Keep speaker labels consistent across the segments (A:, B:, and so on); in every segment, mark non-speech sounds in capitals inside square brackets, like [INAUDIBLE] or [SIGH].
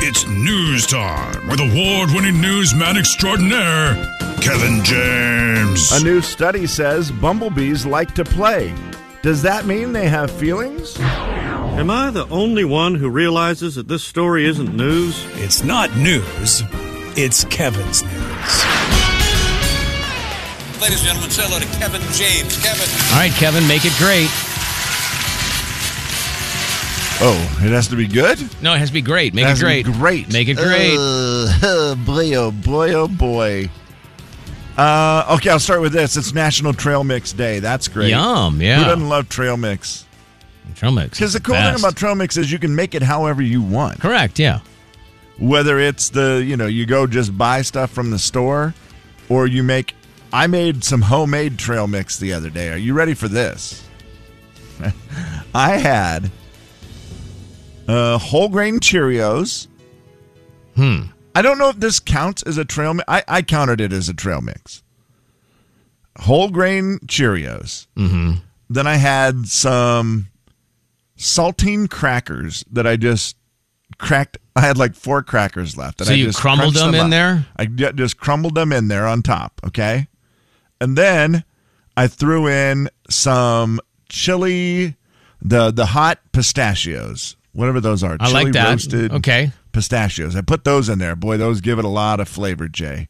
A: It's news time with award winning newsman extraordinaire, Kevin James.
B: A new study says bumblebees like to play. Does that mean they have feelings?
C: Am I the only one who realizes that this story isn't news?
D: It's not news, it's Kevin's news.
E: Ladies and gentlemen, say hello to Kevin James. Kevin.
F: All right, Kevin, make it great.
B: Oh, it has to be good?
F: No, it has to be great. Make
B: It
F: it
B: has to be
F: great.
B: great.
F: Make it great.
B: Uh, [LAUGHS] boy, oh boy, oh boy. Uh, okay, I'll start with this. It's National Trail Mix Day. That's great.
F: Yum,
B: Who
F: yeah.
B: doesn't love trail mix?
F: Trail mix.
B: Because the cool thing
F: best.
B: about trail mix is you can make it however you want.
F: Correct, yeah.
B: Whether it's the, you know, you go just buy stuff from the store or you make. I made some homemade trail mix the other day. Are you ready for this? I had uh, whole grain Cheerios. Hmm.
F: Hmm.
B: I don't know if this counts as a trail mix. I, I counted it as a trail mix. Whole grain Cheerios. Mm-hmm. Then I had some saltine crackers that I just cracked. I had like four crackers left. and
F: So
B: I
F: you
B: just
F: crumbled
B: crunched
F: them in
B: up.
F: there?
B: I ju- just crumbled them in there on top. Okay. And then I threw in some chili, the the hot pistachios, whatever those are.
F: I
B: chili
F: like that.
B: Roasted
F: Okay.
B: Pistachios. I put those in there. Boy, those give it a lot of flavor, Jay.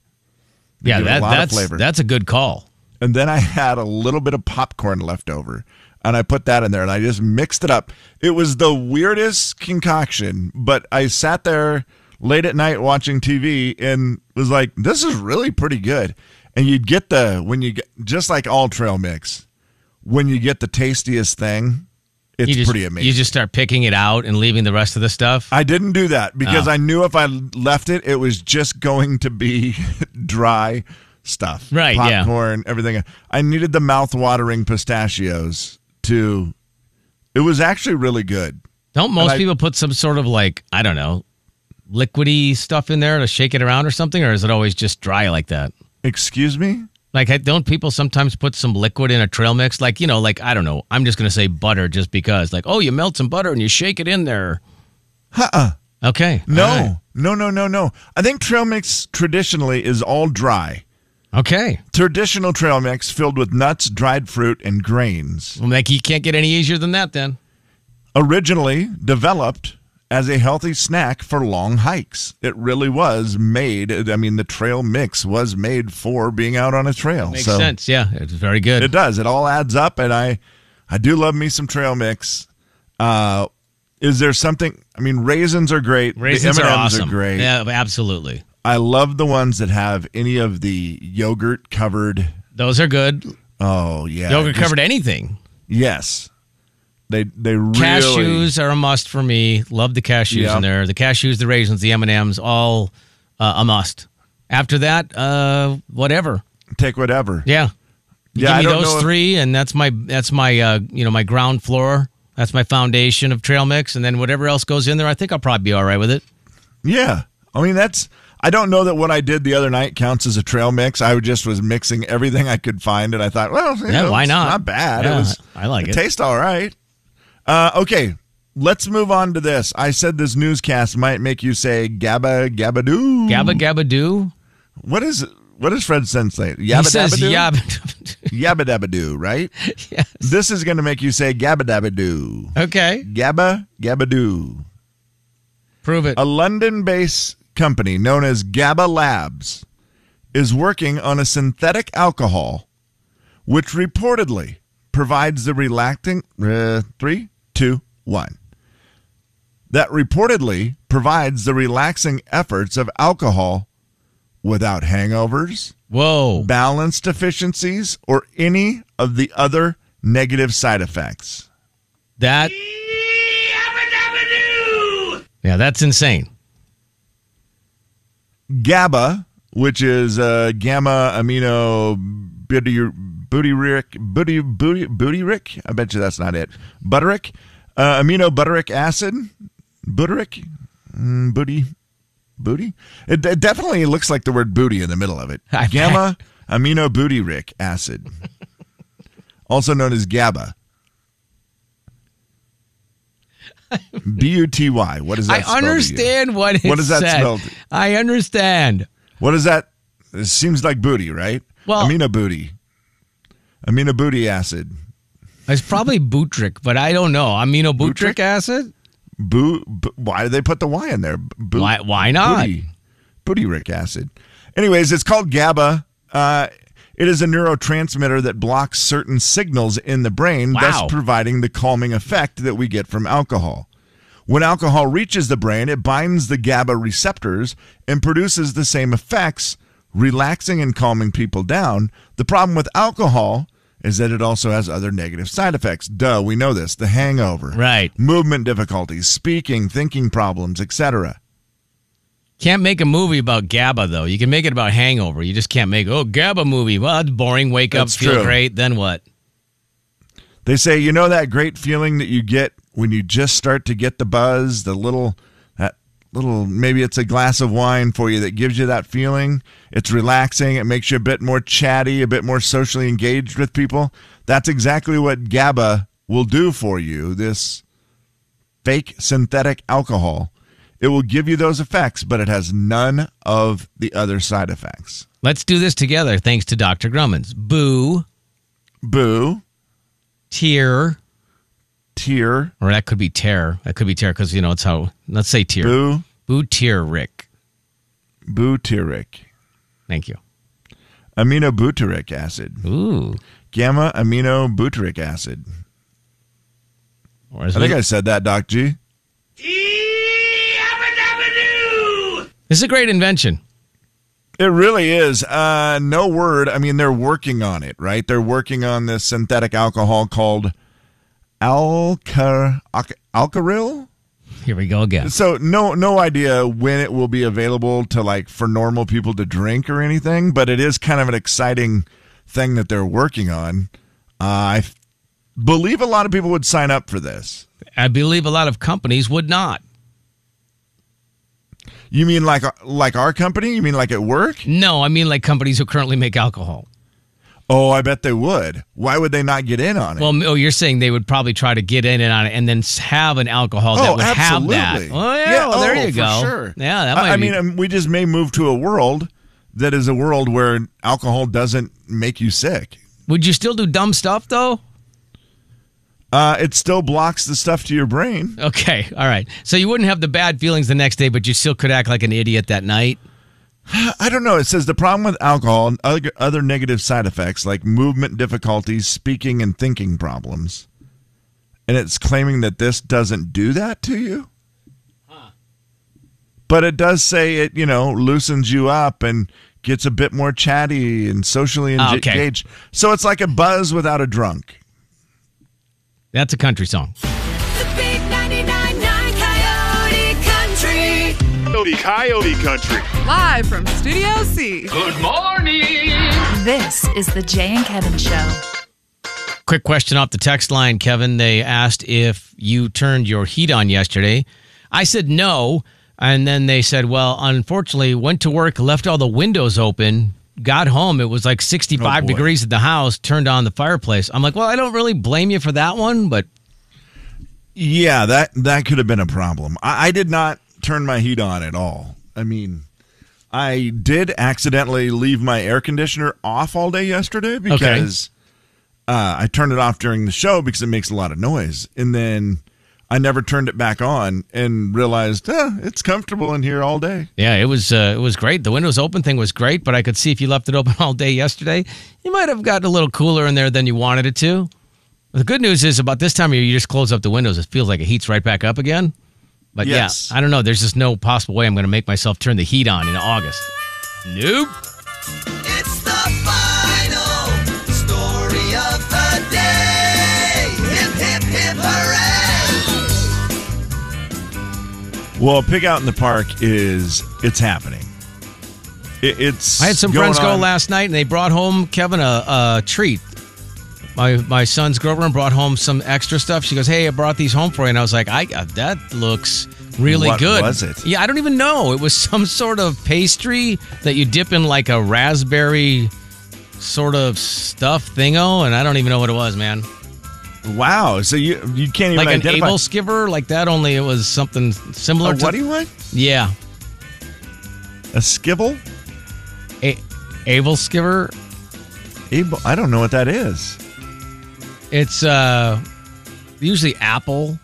B: They
F: Yeah,
B: give it
F: that,
B: a lot of
F: that's
B: flavor.
F: that's a good call.
B: And then I had a little bit of popcorn left over. And I put that in there and I just mixed it up. It was the weirdest concoction, but I sat there late at night watching TV and was like, this is really pretty good. And you'd get the, when you get, just like all trail mix, when you get the tastiest thing, it's
F: you just,
B: pretty amazing.
F: You just start picking it out and leaving the rest of the stuff.
B: I didn't do that because
F: Ah.
B: I knew if I left it, it was just going to be [LAUGHS] dry stuff.
F: Right, yeah.
B: Popcorn, everything. I needed the mouth-watering pistachios to. It was actually really good.
F: Don't most
B: I-
F: people put some sort of like, I don't know, liquidy stuff in there to shake it around or something? Or is it always just dry like that?
B: Excuse me.
F: Like, I- don't people sometimes put some liquid in a trail mix? Like, you know, like, I don't know. I'm just going to say butter just because. Like, oh, you melt some butter and you shake it in there. Uh-uh. Okay.
B: No,
F: all right.
B: no, no, no, no. I think trail mix traditionally is all dry.
F: Okay.
B: Traditional trail mix filled with nuts, dried fruit, and grains.
F: Well, like, you can't get any easier than that then.
B: Originally developed as a healthy snack for long hikes. It really was made. I mean, the trail mix was made for being out on a trail.
F: Makes
B: so
F: sense. Yeah. It's very good.
B: It does. It all adds up, and I, I do love me some trail mix. Uh, is there something? I mean, raisins are great. The
F: Raisins are
B: M&Ms
F: awesome.
B: great.
F: Yeah, absolutely.
B: I love the ones that have any of the yogurt covered.
F: Those are good.
B: Oh yeah,
F: Yogurt
B: just-
F: covered anything.
B: Yes, they they really.
F: Cashews are a must for me. Love the cashews
B: Yep.
F: in there. The cashews, the raisins, the M and M's, all uh, a must. After that, uh, whatever.
B: Take whatever.
F: Yeah, You
B: Yeah, I
F: give me
B: don't know
F: those
B: if-
F: three, and that's my that's my uh, you know my ground floor. That's my foundation of trail mix, and then whatever else goes in there, I think I'll probably be all right with it.
B: Yeah. I mean, that's, I don't know that what I did the other night counts as a trail mix. I just was mixing everything I could find, and I thought, well, you
F: Yeah,
B: know,
F: why
B: it's
F: not?
B: Not bad.
F: Yeah,
B: it was,
F: I like it.
B: tastes all right. Uh, okay. Let's move on to this. I said this newscast might make you say "gabba gabadoo."
F: Gabba gabba doo.
B: What is what does Fred translate?
F: He
B: Yabba
F: says
B: dabba doo?
F: yab.
B: Yabba dabba doo, right?
F: [LAUGHS] Yes.
B: This is going to make you say "gabba dabba doo."
F: [LAUGHS] okay,
B: Gabba gabadoo.
F: prove it.
B: A London based company known as GABA Labs is working on a synthetic alcohol which reportedly provides the relaxing. Uh, three, two, one. That reportedly provides the relaxing efforts of alcohol without hangovers,
F: Whoa.
B: balance deficiencies, or any of the other negative side effects.
F: That. Yeah, that's insane.
B: GABA, which is uh, gamma amino butyric buty, buty, butyric. I bet you that's not it. Butteric, uh, amino butyric acid, butyric, mm, booty, booty. It, it definitely looks like the word booty in the middle of it.
F: I bet.
B: Gamma amino butyric acid, also known as GABA. B U T Y. What is that?
F: I
B: spell to you?
F: understand what it
B: What does that
F: said.
B: spell to-
F: I understand.
B: What is that? It seems like booty, right?
F: Well-
B: amino booty. Amino booty acid.
F: It's probably butric, but I don't know. Amino butric,
B: Butric?
F: acid?
B: Boo, b- why did they put the Y in there? Boo,
F: Why- why not?
B: Booty, butyric acid. Anyways, it's called GABA. Uh, it is a neurotransmitter that blocks certain signals in the brain,
F: Wow.
B: thus providing the calming effect that we get from alcohol. When alcohol reaches the brain, it binds the GABA receptors and produces the same effects, relaxing and calming people down. The problem with alcohol is that it also has other negative side effects. Duh, we know this. The hangover
F: Right.
B: movement difficulties, speaking, thinking problems, etc.
F: Can't make a movie about GABA though. You can make it about hangover. You just can't make oh GABA movie. Well, it's boring. Wake
B: That's
F: up, feel
B: true.
F: great, then what?
B: They say, you know that great feeling that you get when you just start to get the buzz, the little that little maybe it's a glass of wine for you that gives you that feeling. It's relaxing, it makes you a bit more chatty, a bit more socially engaged with people. That's exactly what GABA will do for you. This fake synthetic alcohol. It will give you those effects, but it has none of the other side effects.
F: Let's do this together. Thanks to Dr. Grumman's boo,
B: Boo,
F: tear,
B: tear,
F: or that could be tear. That could be tear because you know it's how. Let's say tear.
B: boo.
F: boo tear, Rick.
B: butyric,
F: Thank you.
B: aminobutyric acid,
F: Ooh,
B: gamma aminobutyric acid.
F: or is
B: I think
F: it,
B: I said that, Doc G.
F: this is a great invention.
B: It really is. Uh, no word. I mean, they're working on it, right? They're working on this synthetic alcohol called alka, alka, alkaril.
F: Here we go again.
B: So no no idea when it will be available to like for normal people to drink or anything, but it is kind of an exciting thing that they're working on. Uh, I f- believe a lot of people would sign up for this.
F: I believe a lot of companies would not.
B: You mean like like our company? You mean like at work?
F: No, I mean like companies who currently make alcohol.
B: Oh, I bet they would. Why would they not get in on it?
F: Well, m- oh, you're saying they would probably try to get in and on it, and then s- have an alcohol that
B: oh,
F: would
B: absolutely.
F: have that. Oh yeah, well, there
B: oh,
F: you go.
B: For sure.
F: Yeah, that
B: I-
F: might
B: I,
F: be.
B: mean, um, we just may move to a world that is a world where alcohol doesn't make you sick.
F: would you still do dumb stuff though?
B: Uh, it still blocks the stuff to your brain.
F: Okay, all right. So you wouldn't have the bad feelings the next day, but you still could act like an idiot that night.
B: I don't know. It says the problem with alcohol and other, other negative side effects like movement difficulties, speaking, and thinking problems. And it's claiming that this doesn't do that to you. But it does say it, you know, loosens you up and gets a bit more chatty and socially
F: Ah,
B: enge-
F: okay.
B: engaged. So it's like a buzz without a drunk.
F: That's a country song.
G: The big 99.9 Coyote Country.
H: Coyote, Coyote Country.
I: Live from Studio C.
J: This is the Jay and Kevin Show.
F: Quick question off the text line, Kevin. They asked if you turned your heat on yesterday. I said no. And then they said, well, unfortunately, went to work, left all the windows open, got home. It was like 65
B: Oh, boy.
F: degrees at the house, turned on the fireplace. I'm like, well, I don't really blame you for that one, but
B: Yeah, that that could have been a problem. I, I did not turn my heat on at all. I mean, I did accidentally leave my air conditioner off all day yesterday because uh, I turned it off during the show because it makes a lot of noise, and then I never turned it back on and realized eh, it's comfortable in here all day.
F: yeah, it was uh, it was great. The windows open thing was great, but I could see if you left it open [LAUGHS] all day yesterday, you might have gotten a little cooler in there than you wanted it to. The good news is about this time of year, you just close up the windows. It feels like it heats right back up again. But
B: Yes.
F: yeah, I don't know. There's just no possible way I'm going to make myself turn the heat on in August. Nope.
E: It's the final story of the day. Hip, hip, hip, hooray.
B: Well, pig out in the park is it's happening. It, it's
F: I had some
B: going
F: friends go
B: on-
F: last night, and they brought home Kevin a, a treat. My my son's girlfriend brought home some extra stuff. She goes, "Hey, I brought these home for you," and I was like, "I uh, that looks really
B: What
F: good."
B: was it?
F: Yeah, I don't even know. It was [LAUGHS] some sort of pastry that you dip in like a raspberry sort of stuff thingo, and I don't even know what it was, man.
B: Wow. So you you can't even
F: like an
B: identify.
F: able skiver like that. Only it was something similar
B: A
F: to
B: what do you want?
F: yeah,
B: A skibble?
F: a able skiver.
B: Able? I don't know what that is.
F: It's uh usually apple,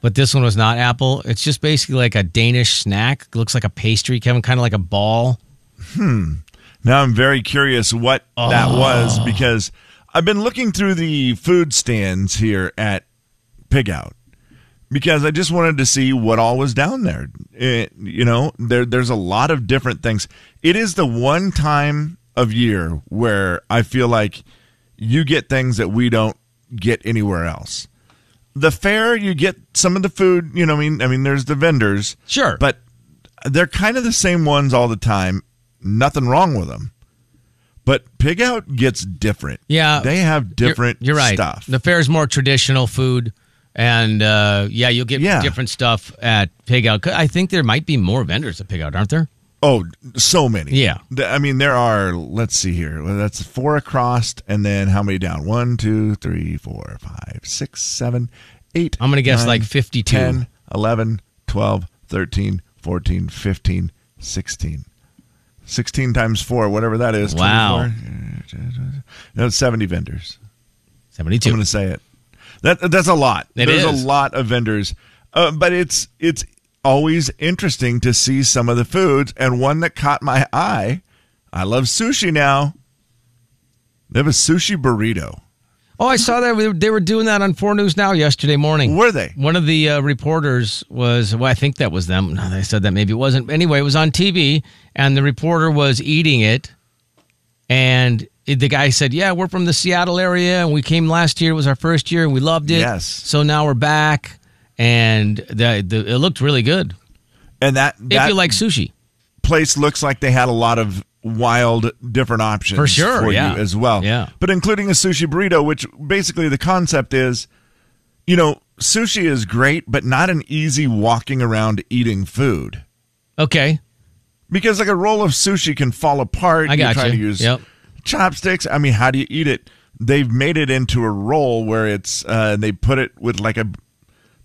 F: but this one was not apple. It's just basically like a Danish snack. looks like a pastry, Kevin, kind of like a ball.
B: Now I'm very curious what that was because I've been looking through the food stands here at Pig Out because I just wanted to see what all was down there. It- you know, there there's a lot of different things. It is the one time of year where I feel like you get things that we don't get anywhere else. The fair, you get some of the food. You know, what I mean, I mean, there's the vendors,
F: Sure.
B: but they're kind of the same ones all the time. Nothing wrong with them. But pig out gets different.
F: Yeah.
B: They have
F: You're-
B: different
F: you're, right.
B: stuff.
F: The fair is more traditional food. And uh, yeah, you'll get
B: Yeah.
F: different stuff at Pig Out. 'Cause I think there might be more vendors at Pig Out, aren't there?
B: Oh, so many.
F: Yeah.
B: The- I mean, there are, let's see here. Well, That's four across, and then how many down? One, two, three, four, five, six, seven, eight.
F: I'm gonna guess
B: nine,
F: like 52.
B: 10, 11, 12, 13, 14, 15, 16. 16 times four, whatever that is.
F: Wow.
B: 24. No, 70 vendors.
F: 72.
B: I'm going to say it. That that's a lot.
F: It
B: There's
F: is.
B: a lot of vendors, uh, but it's it's always interesting to see some of the foods. And one that caught my eye, I love sushi now. They have a sushi burrito.
F: Oh, I saw that. We- They were doing that on 4 News Now yesterday morning.
B: Were they?
F: One of the uh, reporters was, well, I think that was them. No, they said that maybe it wasn't. Anyway, it was on TV, and the reporter was eating it. And it- the guy said, Yeah, we're from the Seattle area, and we came last year. It was our first year, and we loved it.
B: Yes.
F: So now we're back, and the, the, it looked really good.
B: And that
F: if
B: that
F: you like sushi,
B: place looks like they had a lot of wild different options
F: For sure,
B: for
F: yeah.
B: you as well.
F: Yeah.
B: But including a sushi burrito, which basically the concept is, you know, sushi is great, but not an easy walking around eating food.
F: okay.
B: because like a roll of sushi can fall apart.
F: I got
B: you. Try to
F: you.
B: use
F: Yep.
B: chopsticks. I mean, how do you eat it? They've made it into a roll where it's uh, they put it with like a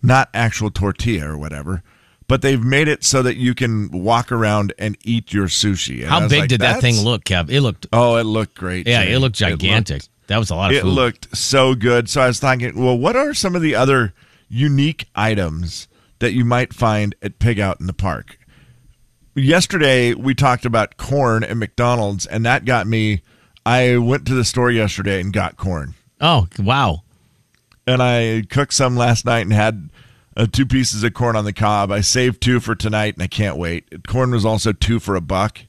B: not actual tortilla or whatever, but they've made it so that you can walk around and eat your sushi. And I
F: How
B: was
F: big
B: like,
F: did that
B: "That's-
F: thing look, Kev? It looked,
B: Oh, it looked great.
F: yeah,
B: Jay.
F: it looked gigantic. that was a lot of
B: It
F: food.
B: looked so good. So I was thinking, well, what are some of the other unique items that you might find at Pig Out in the Park? Yesterday, we talked about corn at McDonald's, and that got me. I went to the store yesterday and got corn,
F: oh, wow.
B: and I cooked some last night and had uh, two pieces of corn on the cob. I saved two for tonight, and I can't wait. Corn was also two for a buck.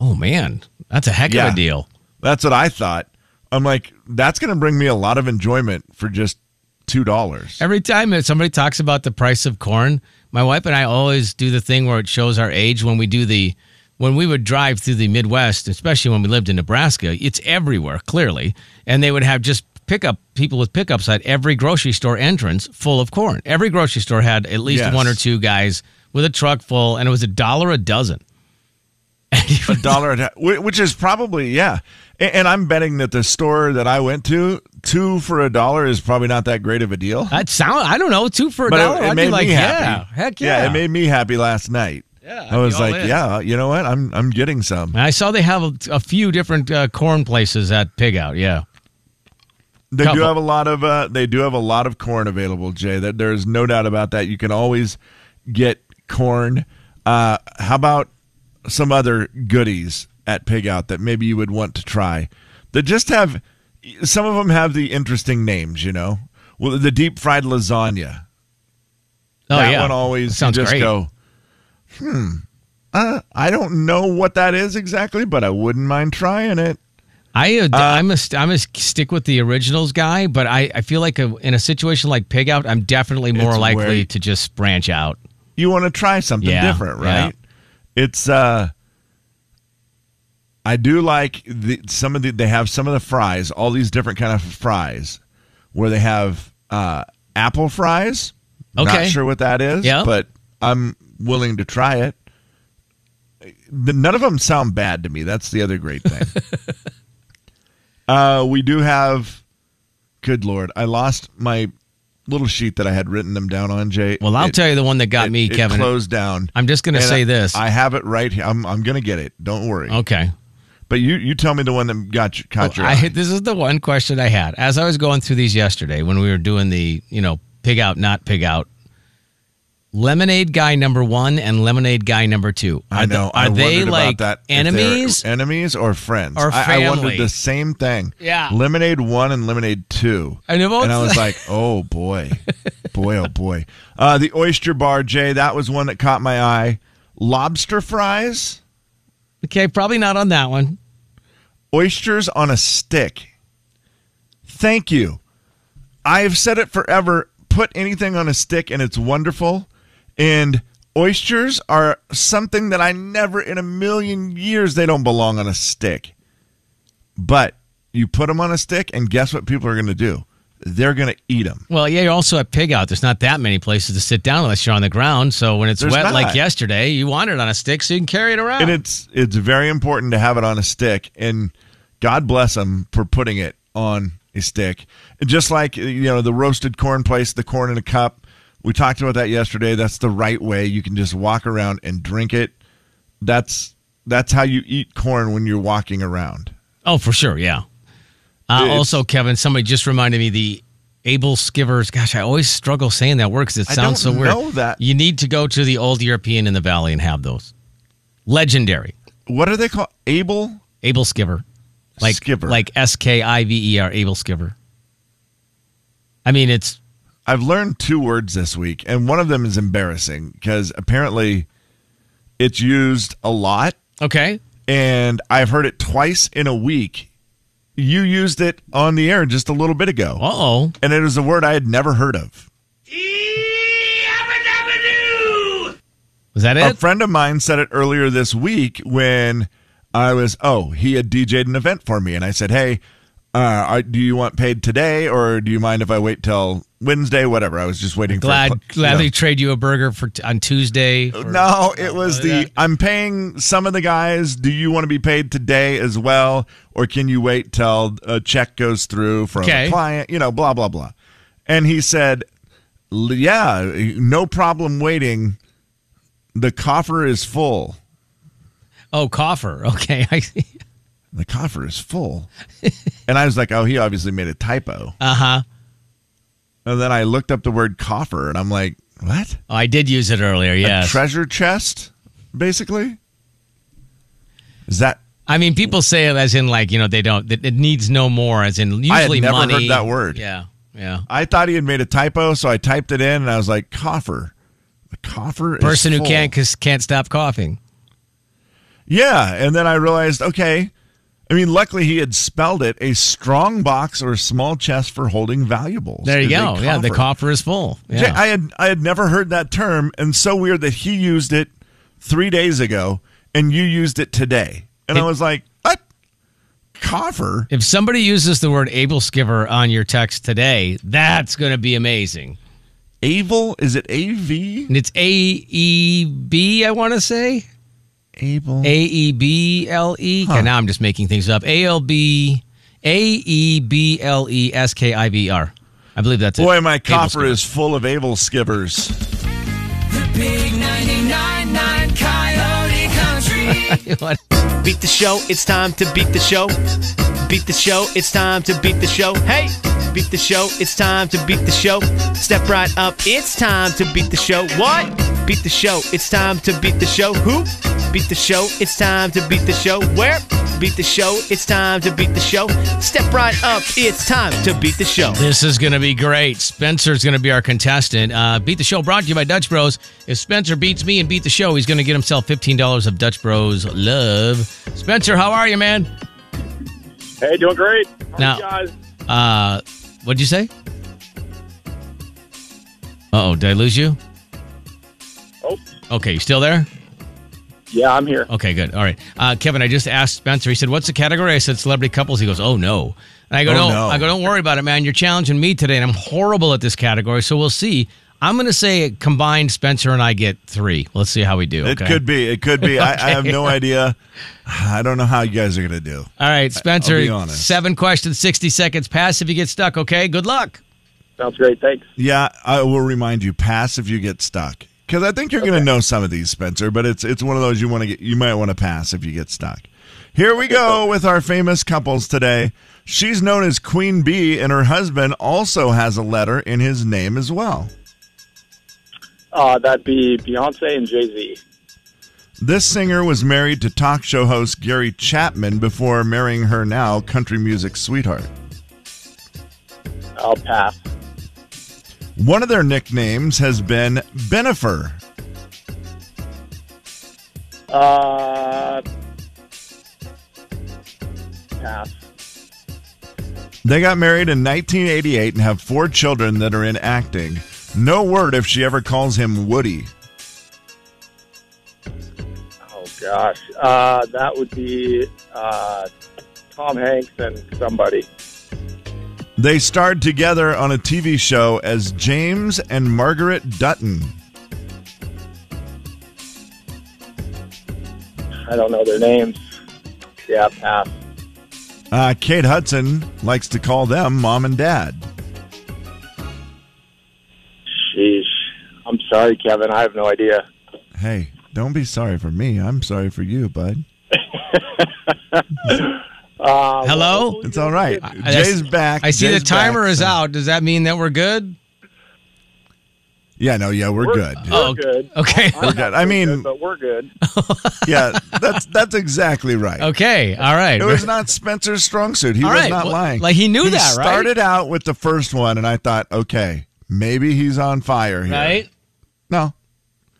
F: Oh, man. That's a heck of
B: Yeah.
F: a deal.
B: That's what I thought. I'm like, that's going to bring me a lot of enjoyment for just two dollars.
F: Every time that somebody talks about the price of corn, my wife and I always do the thing where it shows our age when we do the when we would drive through the Midwest, especially when we lived in Nebraska, it's everywhere, clearly. And they would have just pickup people with pickups at every grocery store entrance full of corn. Every grocery store had at least
B: Yes.
F: one or two guys with a truck full, and it was a dollar a dozen. And you would-
B: dollar a whi- which is probably yeah and, and i'm betting that the store that i went to two for a dollar is probably not that great of a deal
F: that sound I don't know, two for a
B: but
F: dollar.
B: it, it
F: I'd
B: made
F: be like,
B: me happy
F: yeah, heck yeah.
B: it made me happy last night
F: Yeah, I'd
B: i was
F: be all
B: like
F: in.
B: yeah you know what i'm i'm getting some
F: I saw they have a, a few different uh, corn places at Pig Out. Yeah.
B: They do
F: Couple.
B: have a lot of uh, they do have a lot of corn available, Jay. That there is no doubt about that. You can always get corn. Uh, how about some other goodies at Pig Out that maybe you would want to try? That just have some of them have the interesting names, you know. Well, the deep fried lasagna.
F: Oh
B: that
F: yeah,
B: one always
F: That
B: you
F: sounds
B: just
F: great.
B: go. Hmm. Uh, I don't know what that is exactly, but I wouldn't mind trying it.
F: I uh, I'm a st- I'm a stick with the originals guy, but I I feel like a, in a situation like Pig Out, I'm definitely more
B: It's where
F: likely
B: you-
F: to just branch out.
B: you want to try something
F: Yeah,
B: different, right? It's uh I do like the, some of the they have some of the fries, all these different kind of fries where they have uh apple fries.
F: Okay.
B: Not sure what that is,
F: Yeah.
B: but I'm willing to try it. The- None of them sound bad
F: [LAUGHS]
B: to me. That's the other great thing. uh we do have Good lord, I lost my little sheet that I had written them down on, Jay.
F: Well, I'll
B: It-
F: tell you the one that got
B: it-
F: me,
B: it
F: Kevin.
B: closed down.
F: I'm just gonna
B: And
F: say
B: I-
F: this.
B: I have it right here. I'm I'm gonna get it. Don't worry.
F: okay.
B: But you you tell me the one that got you, caught your
F: I
B: eye.
F: hit, this is the one question I had as I was going through these yesterday when we were doing the you know pig out not pig out. Lemonade guy number one and lemonade guy number two.
B: I
F: Are the-
B: know.
F: Are
B: I
F: they
B: wondered
F: like
B: about that if they're
F: enemies?
B: enemies or friends?
F: or
B: I, I wondered
F: family?
B: the same thing.
F: Yeah.
B: Lemonade one and lemonade two.
F: And they're both-
B: I was like, oh boy, boy, oh boy. Uh, the oyster bar, Jay. That was one that caught my eye. Lobster fries,
F: [LAUGHS] okay, probably not on that one.
B: oysters on a stick. Thank you. I have said it forever. Put anything on a stick, and it's wonderful. And oysters are something that I never in a million years they don't belong on a stick. But you put them on a stick, and guess what people are going to do? They're going to eat them.
F: Well, yeah, you're also at pig out. There's not that many places to sit down unless you're on the ground. So when it's
B: There's
F: wet
B: not.
F: like yesterday, you want it on a stick so you can carry it around.
B: And it's it's very important to have it on a stick. And God bless them for putting it on a stick. Just like you know the roasted corn place, the corn in a cup. We talked about that yesterday. That's the right way. You can just walk around and drink it. That's that's how you eat corn when you're walking around.
F: Oh, for sure, yeah. Uh,
B: It's-
F: also, Kevin, somebody just reminded me the Abel Skivers. Gosh, I always struggle saying that word because it
B: I
F: sounds
B: don't
F: so weird.
B: know that.
F: You need to go to the old European in the Valley and have those. Legendary
B: What are they called? Abel
F: Abel Skiver, like
B: Skiver.
F: like S K I V E R Abel Skiver. I mean, it's
B: I've learned two words this week, and one of them is embarrassing because apparently it's used a lot,
F: okay.
B: and I've heard it twice in a week. You used it on the air just a little bit ago,
F: Uh oh.
B: and it is a word I had never heard of.
F: Was that
B: A
F: it?
B: friend of mine said it earlier this week when I was, oh, he had DJ'd an event for me, and I said, hey, uh, I- do you want paid today, or do you mind if I wait till Wednesday? Whatever. I was just waiting.
F: glad
B: for Uh, a, cl- you
F: glad
B: know.
F: they trade you a burger for t- on Tuesday. for-
B: No, it
F: uh,
B: was the I'm paying some of the guys. Do you want to be paid today as well, or can you wait till a check goes through from
F: Okay.
B: a client? You know, blah blah blah. And he said, "L- "Yeah, no problem waiting. The coffer is full.
F: Oh, coffer. [LAUGHS] Okay, I see.
B: The coffer is
F: [LAUGHS]
B: full." and I was like, "Oh, he obviously made a typo."
F: Uh huh.
B: And then I looked up the word coffer, and I'm like, "What?
F: Oh, I did use it earlier.
B: A
F: Yes.
B: treasure chest, basically? Is that?"
F: I mean, people say it as in like you know they don't. It, it needs no more. As in usually
B: I had never heard
F: money.
B: that word.
F: Yeah, yeah.
B: I thought he had made a typo, so I typed it in and I was like, coffer. The coffer is
F: Person who
B: full.
F: can't cause can't stop coughing.
B: Yeah. And then I realized, okay. I mean, luckily he had spelled it a strong box or a small chest for holding valuables.
F: There you
B: is a
F: go. Yeah, the coffer is full. Yeah.
B: Jay, I had I had never heard that term, and so weird that he used it three days ago and you used it today. And I
F: It-
B: was like, What? Coffer?
F: if somebody uses the word Abel Skiver on your text today, that's going to be amazing.
B: Avel? Is it A V?
F: And it's A E B, I want to say
B: Abel.
F: A E B L E. Okay, now I'm just making things up. A L B A E B L E S K I V R. I believe that's it.
B: Boy, my
F: Abel
B: coffer
F: Skiver.
B: is full of Abel skivers.
E: Big 99.9 Coyote Country.
K: Beat the show, it's time to beat the show. Beat the show, it's time to beat the show. Hey! Beat the show, it's time to beat the show. Step right up, it's time to beat the show. What? Beat the show, it's time to beat the show. Who? Beat the show, it's time to beat the show. Where? Beat the show, it's time to beat the show. Step right up, it's time to beat the show.
F: This is going to be great. Spencer's going to be our contestant. Uh, beat the Show brought to you by Dutch Bros. If Spencer beats me and beat the show, he's going to get himself $15 of Dutch Bros love. Spencer, how are you, man?
H: Hey, doing great. How
F: Now-
H: you guys?
F: Uh, what'd you say? Uh oh, did I lose you?
H: Oh,
F: Okay, you still there?
H: yeah, I'm here.
F: Okay, good. All right. Uh, Kevin, I just asked Spencer. He said, What's the category? I said, Celebrity couples. He goes, Oh, no. And I go,
B: Oh,
F: no.
B: no.
F: I go, Don't worry about it, man. You're challenging me today, and I'm horrible at this category. So we'll see. I'm going to say combined, Spencer and I get three. Let's see how we do.
B: It could be. It could be. I, I have no
F: Okay.
B: idea. I don't know how you guys are going to do.
F: All right, Spencer,
B: be honest.
F: seven questions, 60 seconds. Pass if you get stuck, okay? Good luck.
H: Sounds great. Thanks.
B: Yeah, I will remind you. Pass if you get stuck, because I think you're going to know some of these, Spencer. But it's it's one of those you want to get. You might want to pass if you get stuck. Here we go with our famous couples today. She's known as Queen Bee, and her husband also has a letter in his name as well.
H: Uh, that'd be Beyonce and Jay Z.
B: This singer was married to talk show host Gary Chapman before marrying her now country music sweetheart.
H: I'll pass.
B: One of their nicknames has been Benifer.
H: Uh, pass.
B: They got married in 1988 and have four children that are in acting. No word if she ever calls him Woody.
H: Oh gosh, uh, that would be uh, Tom Hanks and somebody.
B: They starred together on a TV show as James and Margaret Dutton.
H: I don't know their names. Yeah, pass.
B: Uh, Kate Hudson likes to call them mom and dad.
H: Sheesh. I'm sorry, Kevin. I have no idea.
B: Hey, don't be sorry for me. I'm sorry for you, bud.
H: Uh,
F: Hello?
B: It's all right.
F: I-
B: Jay's back.
F: I see
B: Jay's
F: the timer
B: back,
F: is
B: so-
F: out. Does that mean that we're good?
B: Yeah, no, yeah, we're, good.
H: We're good.
F: Oh, Okay.
B: We're good. I mean,
H: But we're good.
B: yeah, that's that's exactly right.
F: [LAUGHS] Okay. All right.
B: It was not Spencer's strong suit. He
F: All
B: was
F: right,
B: not
F: well,
B: lying.
F: like, he knew that, right?
B: Started out with the first one, and I thought, okay, maybe he's on fire here.
F: right?
B: No,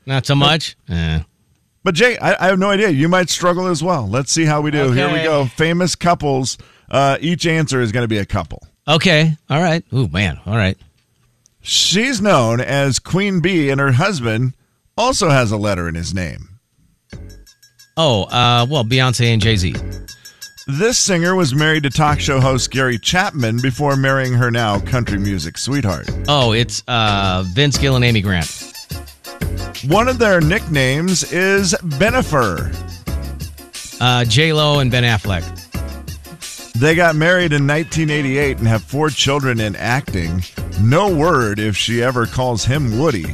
F: Not so much? Eh.
B: but Jay, I, I have no idea. You might struggle as well. Let's see how we do. Here we
F: Okay.
B: go. Famous couples. Uh, each answer is going to be a couple.
F: Okay. All right. Ooh, man. All right.
B: She's known as Queen Bee, and her husband also has a letter in his name.
F: Oh, uh, well, Beyonce and Jay Z.
B: This singer was married to talk show host Gary Chapman before marrying her now country music sweetheart.
F: Oh, it's uh, Vince Gill and Amy Grant.
B: One of their nicknames is Benifer.
F: Uh, J Lo and Ben Affleck.
B: They got married in 1988 and have four children in acting. No word if she ever calls him Woody.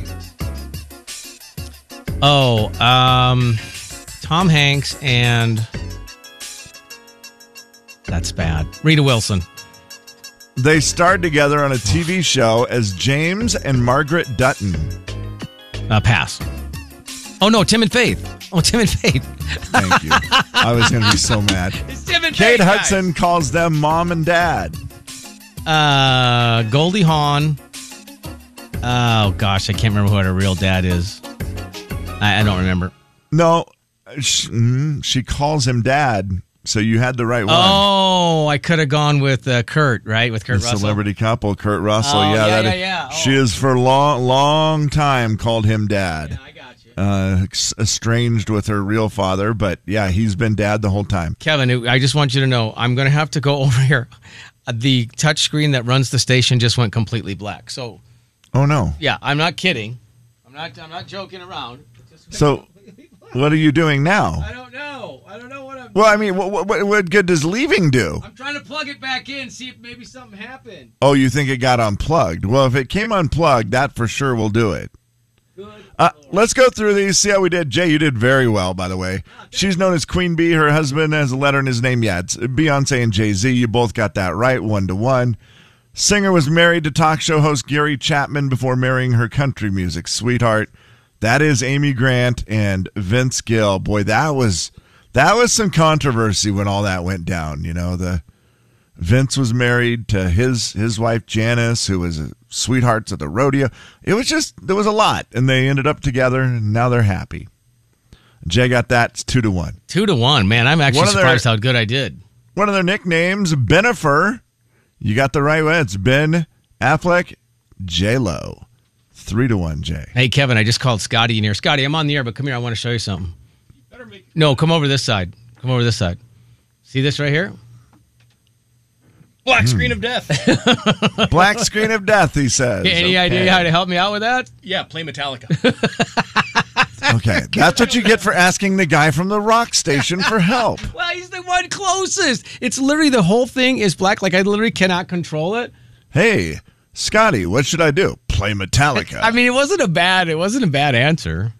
F: Oh, um, Tom Hanks and that's bad. Rita Wilson.
B: They starred together on a TV show as James and Margaret Dutton.
F: Uh, pass. Oh no, Tim and Faith. Oh, [LAUGHS] Tim and Faith.
B: Thank you. I was going to be so mad.
F: It's Tim and
B: Kate
F: Faith, guys.
B: Hudson calls them mom and dad.
F: Uh, Goldie Hawn. Oh gosh, I can't remember who her real dad is. I, I don't remember.
B: No, she, mm, she calls him dad. So you had the right one.
F: Oh, I could have gone with uh, Kurt, right? With Kurt
B: the
F: Russell.
B: celebrity couple, Kurt Russell.
F: Oh,
B: yeah,
F: yeah,
B: that-
F: yeah, yeah. Oh.
B: She has for a long, long time called him dad.
F: I got you.
B: uh, ex- estranged with her real father, but yeah, he's been dad the whole time.
F: Kevin, I just want you to know I'm going to have to go [LAUGHS] over here. The touch screen that runs the station just went completely black. So,
B: Oh no!
F: yeah, I'm not kidding. I'm not I'm not joking around. It just-
B: So, what are you doing
F: [LAUGHS] I
B: now?
F: don't know. I don't know what I'm
B: Well, I mean, what what, what good does leaving do?
F: I'm trying to [LAUGHS] plug it back in, see if maybe something happened.
B: Oh, you think it got unplugged? Well, if it came unplugged, that for sure will do it. Uh, let's go through these, see how we did. Jay, you did very well, by the way. She's known as Queen Bee. Her husband has a letter in his name. Yeah, it's Beyonce and Jay Z. You both got that right, one to one. Singer was married to talk show host Gary Chapman before marrying her country music sweetheart. That is Amy Grant and Vince Gill. Boy, that was that was some controversy when all that went down. You know the Vince was married to his his wife Janice, who was sweethearts at the rodeo. It was just there was a lot, and they ended up together, and now they're happy. Jay got that it's two to one.
F: 2 to 1. Man, I'm actually
B: One of their-
F: surprised how good I did.
B: One of their nicknames, Benifer. You got the right one. It's Ben Affleck, J Lo, three to one.
F: [LAUGHS]
B: Jay,
F: Hey Kevin, I just called Scotty in here. Scotty, I'm on the air, but come here, I want to show you something. No, come over this side. Come over this side. See this right here?
L: Black screen of death.
B: Black screen of death, he says.
F: Any idea how to help me out with that?
L: Yeah, play Metallica.
B: Okay, that's what you get for asking the guy from the rock station for help.
F: Well, he's the one closest. It's literally the whole thing is black. Like I literally cannot control it.
B: Hey, Scotty, what should I do? Play Metallica.
F: [LAUGHS] I mean, it wasn't a bad. It wasn't a bad answer.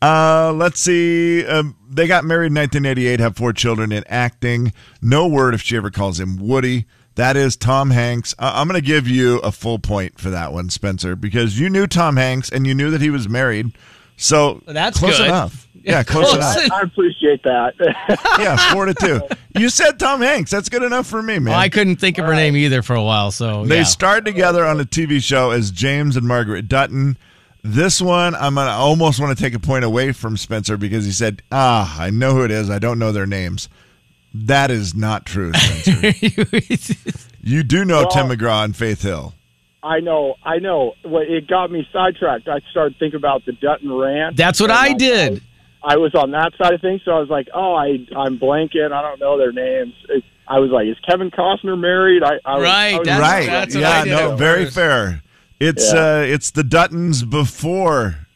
B: Uh, let's see. Um, they got married in 1988, have four children in acting. No word if she ever calls him Woody. That is Tom Hanks. I- I'm going to give you a full point for that one, Spencer, because you knew Tom Hanks and you knew that he was married. So
F: that's
B: close
F: good.
B: enough.
F: [LAUGHS]
B: Yeah, close, enough.
H: I, I appreciate that.
B: yeah, four to two. You said Tom Hanks. That's good enough for me, man.
F: Well, I couldn't think of her name either for a while. So
B: They
F: yeah.
B: starred together on a TV show as James and Margaret Dutton. This one, I'm gonna I almost want to take a point away from Spencer because he said, "Ah, I know who it is. I don't know their names." That is not true, Spencer. you do know
H: Well-
B: Tim McGraw and Faith Hill.
H: I know, I know. Well, it got me sidetracked. I started thinking about the Dutton
F: [LAUGHS]
H: Ranch.
F: That's what
H: And
F: I did.
H: I was on that side of things, so I was like, "Oh, I, I'm blanking. I don't know their names." It, I was like, "Is Kevin Costner married?" I, I was, I was-
B: right? yeah, no, very fair. It's
H: Yeah.
B: uh, it's the Duttons before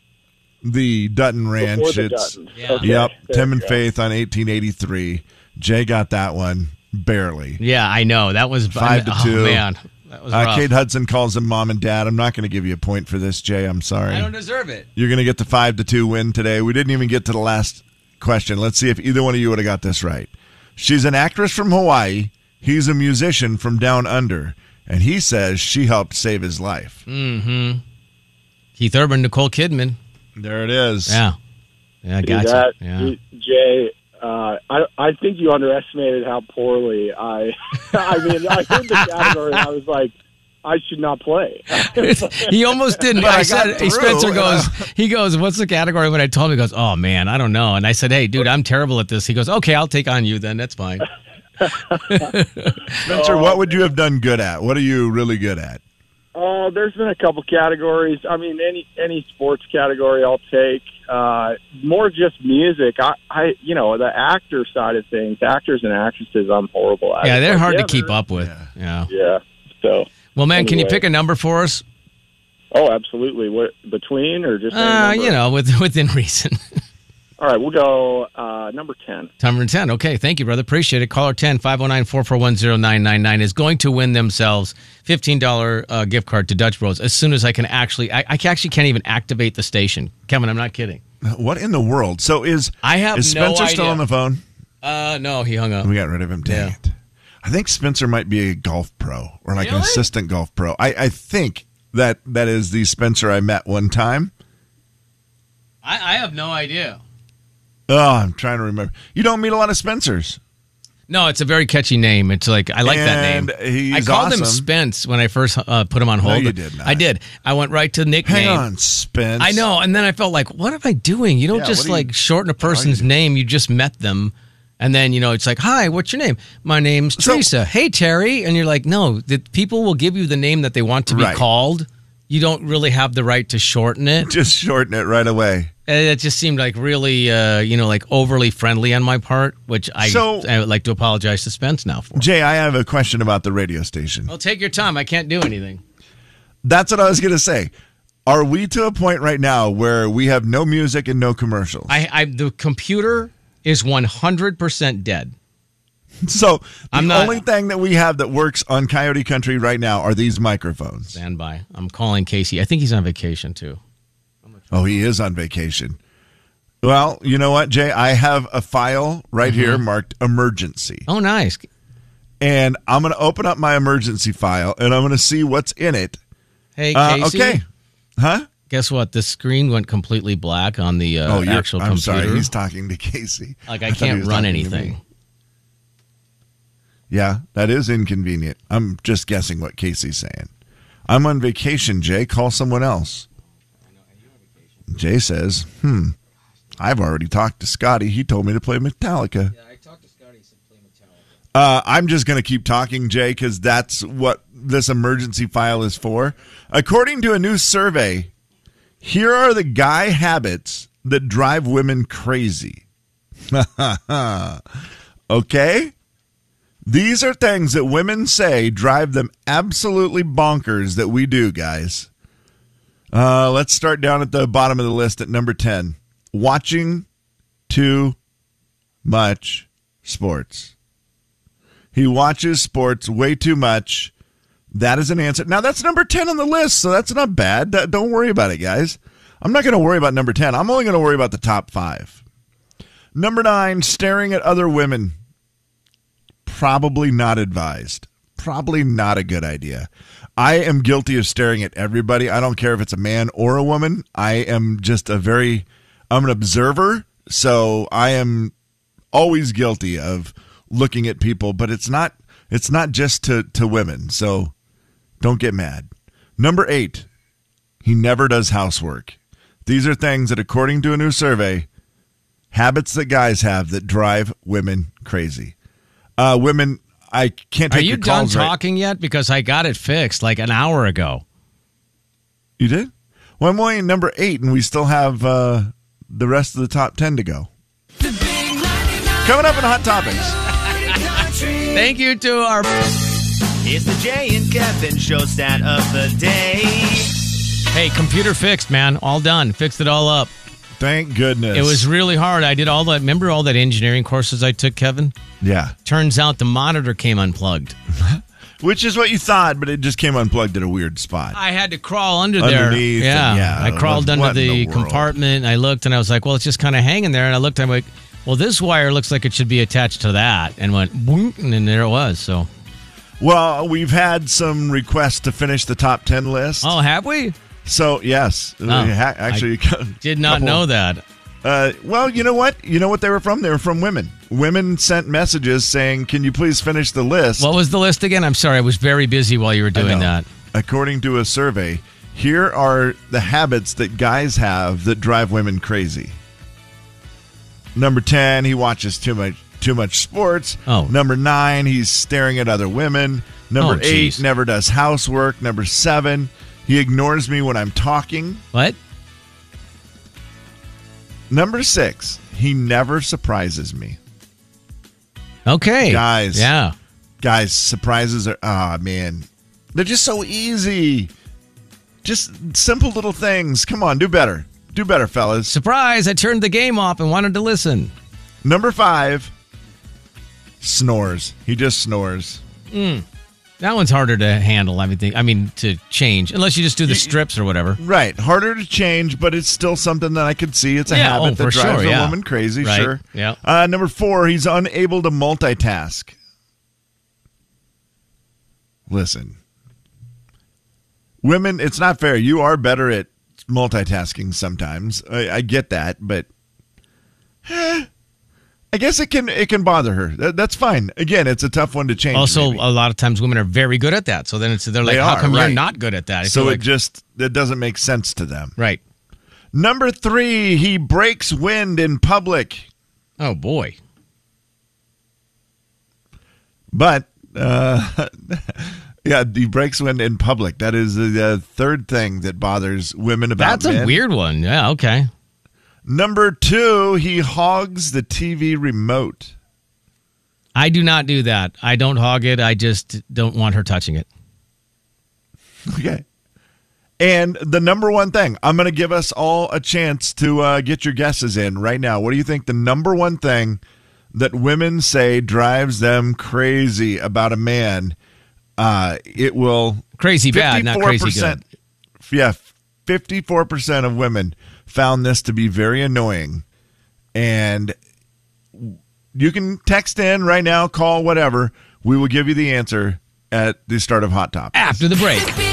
B: the Dutton Ranch.
H: Before the
B: it's
H: Duttons. Yeah. Okay.
B: yep,
H: There
B: Tim
H: you
B: and
H: go.
B: Faith on 1883. Jay got that one barely.
F: Yeah, I know that was
B: five to
F: oh,
B: two.
F: Man, that was
B: uh,
F: rough.
B: Kate Hudson calls him mom and dad. I'm not going to give you a point for this, Jay. I'm sorry.
F: I don't deserve it.
B: You're going to get the five to two win today. We didn't even get to the last question. Let's see if either one of you would have got this right. She's an actress from Hawaii. He's a musician from down under, and he says she helped save his life.
F: Mm-hmm. Keith Urban, Nicole Kidman.
B: There it is.
F: Yeah. Yeah,
H: See
F: gotcha.
H: that,
F: yeah.
H: J- Jay. Uh, I I think you underestimated how poorly I. [LAUGHS] I mean, I heard the category. and I was like, I should not play.
F: [LAUGHS] he almost didn't.
H: But
F: I,
H: I got
F: said, hey,
H: through,
F: Spencer
H: and
F: goes, he goes, what's the category? When I told him, he goes, oh man, I don't know. And I said, hey, dude, I'm terrible at this. He goes, okay, I'll take on you then. That's
H: [LAUGHS]
F: fine.
B: Spencer, what would you have done good at? What are you really good at?
H: Uh, there's been a couple categories. I mean, any any sports category I'll take. Uh, more just music. I, I, you know, the actor side of things, actors and actresses. I'm horrible at.
F: yeah,
H: it.
F: they're
H: But
F: hard
H: yeah,
F: to keep
H: they're-
F: up with. Yeah.
H: Yeah. So.
F: Well, man, can you
H: Anyway.
F: pick a number for us?
H: Oh, absolutely. What between or just? any
F: Uh,
H: number?
F: you know, with, [LAUGHS] within reason.
H: All right, we'll go uh, number ten.
F: Time for 10. Okay. Thank you, brother. Appreciate it. Caller 10 509 441 0999 is going to win themselves $15 uh, gift card to Dutch Bros as soon as I can actually, I, I actually can't even activate the station. Kevin, I'm not kidding.
B: What in the world? So is
F: I have
B: is
F: no
B: Spencer still
F: idea.
B: on the phone?
F: Uh, no, he hung up.
B: We got rid of him. Dang it. I think Spencer might be a golf pro or like an assistant golf pro. I, I think that that is the Spencer I met one time.
F: I, I have no idea.
B: Oh, I'm trying to remember. You don't meet a lot of Spencers.
F: No, it's a very catchy name. It's like I like that name.
B: And he's
F: I called him
B: awesome.
F: Spence when I first uh, put him on
B: No,
F: hold.
B: you did not.
F: I did. I went right to nickname.
B: Hang on, Spence.
F: I know, and then I felt like, what am I doing? You don't
B: Yeah,
F: just
B: what are you-
F: like shorten a person's name. You just met them, and then you know it's like, hi, what's your name? My name's Teresa. Hey, Terry, and you're like, no, the people will give you the name that they want to be
B: Right.
F: called. You don't really have the right to shorten it.
B: Just shorten it right away.
F: And It just seemed like really, uh, you know, like overly friendly on my part, which I,
B: So-
F: I would like to apologize to Spence now for.
B: Jay, I have a question about the radio station.
F: Well, take your time. I can't do anything.
B: That's what I was going to say. Are we to a point right now where we have no music and no commercials?
F: I, I the computer is one hundred percent dead.
B: So the
F: I'm not-
B: only thing that we have that works on Coyote Country right now are these microphones.
F: Stand by. I'm calling Casey. I think he's on vacation too.
B: Oh, he is on vacation. Well, you know what, Jay? I have a file right
F: Mm-hmm.
B: here marked emergency.
F: Oh, nice.
B: And I'm going to open up my emergency file and I'm going to see what's in it.
F: Hey,
B: Uh,
F: Casey.
B: okay. Huh?
F: Guess what? The screen went completely black on the uh,
B: oh, you're,
F: actual
B: I'm
F: computer.
B: sorry. He's talking to [LAUGHS] Casey.
F: like I
B: thought he
F: can't
B: was
F: run
B: talking to me.
F: anything.
B: Yeah, that is inconvenient. I'm just guessing what Casey's saying. I'm on vacation, Jay. Call someone else. Jay says, hmm, I've already talked to Scotty. He told me to play Metallica. Yeah, I talked to Scotty. He said play Metallica. Uh, I'm just going to keep talking, Jay, because that's what this emergency file is for. According to a new survey, here are the guy habits that drive women crazy. okay? These are things that women say drive them absolutely bonkers that we do, guys. Uh, let's start down at the bottom of the list at number 10 watching too much sports. He watches sports way too much. That is an answer. Now, that's number 10 on the list, so that's not bad. That- Don't worry about it, guys. I'm not going to worry about number 10. I'm only going to worry about the top five. Number nine, staring at other women. Probably not advised. Probably not a good idea. I am guilty of staring at everybody. I don't care if it's a man or a woman. I am just a very, I'm an observer. So I am always guilty of looking at people, but it's not, it's not just to, to women. So don't get mad. Number eight, he never does housework. These are things that, according to a new survey, habits that guys have that drive women crazy. Uh, women, I can't
F: Are
B: take
F: you
B: your
F: done
B: calls right-
F: talking yet? Because I got it fixed like an hour ago.
B: You did? Well, I'm only at number eight, and we still have uh, the rest of the top ten to go. Coming up in Hot Topics.
F: Thank you to our.
K: It's the Jay and Kevin show stat of the day.
F: Hey, computer fixed, man. All done. Fixed it all up.
B: Thank goodness.
F: It was really hard. I did all that. Remember all that engineering courses I took, Kevin?
B: Yeah.
F: Turns out the monitor came unplugged.
B: Which is what you thought, but it just came unplugged at a weird spot.
F: I had to crawl under there.
B: Underneath,
F: yeah.
B: and yeah,
F: I crawled
B: what
F: under
B: in the
F: the,
B: world?
F: compartment. And I looked and I was like, well, it's just kind of hanging there. And I looked, I'm like, well, this wire looks like it should be attached to that. And went, boink, and then there it was. So,
B: Well, we've had some requests to finish the top ten list.
F: oh, have we?
B: So yes, We ha- actually, [LAUGHS]
F: Did not
B: couple-
F: know that.
B: Uh, well, you know what? You know what they were from? They were from women. Women sent messages saying, "Can you please finish the list?"
F: What was the list again? I'm sorry. I was very busy while you were
B: I
F: doing
B: know.
F: that.
B: According to a survey, here are the habits that guys have that drive women crazy. Number 10, he watches too much too much sports.
F: Oh.
B: Number 9, he's staring at other women. Number
F: Oh,
B: 8,
F: geez.
B: never does housework. Number 7, he ignores me when I'm talking.
F: What?
B: Number 6, he never surprises me.
F: Okay.
B: Guys.
F: Yeah.
B: Guys, surprises are ah man. They're just so easy. Just simple little things. Come on, do better. Do better, fellas.
F: Surprise, I turned the game off and wanted to listen.
B: Number five, snores. He just snores.
F: That one's harder to handle, I mean, think- I mean to change, unless you just do the strips or whatever.
B: Right. Harder to change, but it's still something that I could see. It's a
F: Yeah,
B: habit
F: oh,
B: that
F: for
B: drives
F: sure,
B: a
F: yeah.
B: woman crazy,
F: Right,
B: sure.
F: yeah.
B: Uh, number four, he's unable to multitask. Listen, women, it's not fair. You are better at multitasking sometimes. I, I get that, but eh, I guess it can it can bother her. That- that's fine. Again, it's a tough one to change.
F: Also,
B: maybe.
F: a lot of times women are very good at that. So then it's they're like,
B: They
F: how
B: are,
F: come
B: right.
F: you're not good at that? If
B: so
F: you're
B: it
F: like-
B: just it doesn't make sense to them.
F: right.
B: Number three, he breaks wind in public,
F: Oh boy.
B: but uh, [LAUGHS] yeah, he breaks wind in public. That is the, the third thing that bothers women about.
F: That's a
B: men.
F: weird one. Yeah, okay.
B: Number two, he hogs the TV remote. [LAUGHS]
F: I do not do that. I don't hog it. I just don't want her touching it.
B: Okay. And the number one thing, I'm going to give us all a chance to uh, get your guesses in right now. What do you think the number one thing that women say drives them crazy about a man? Uh, it will
F: Crazy bad, not crazy
B: 54%
F: good.
B: Yeah, 54% of women found this to be very annoying. And you can text in right now, call whatever. We will give you the answer at the start of Hot Top.
F: After the break.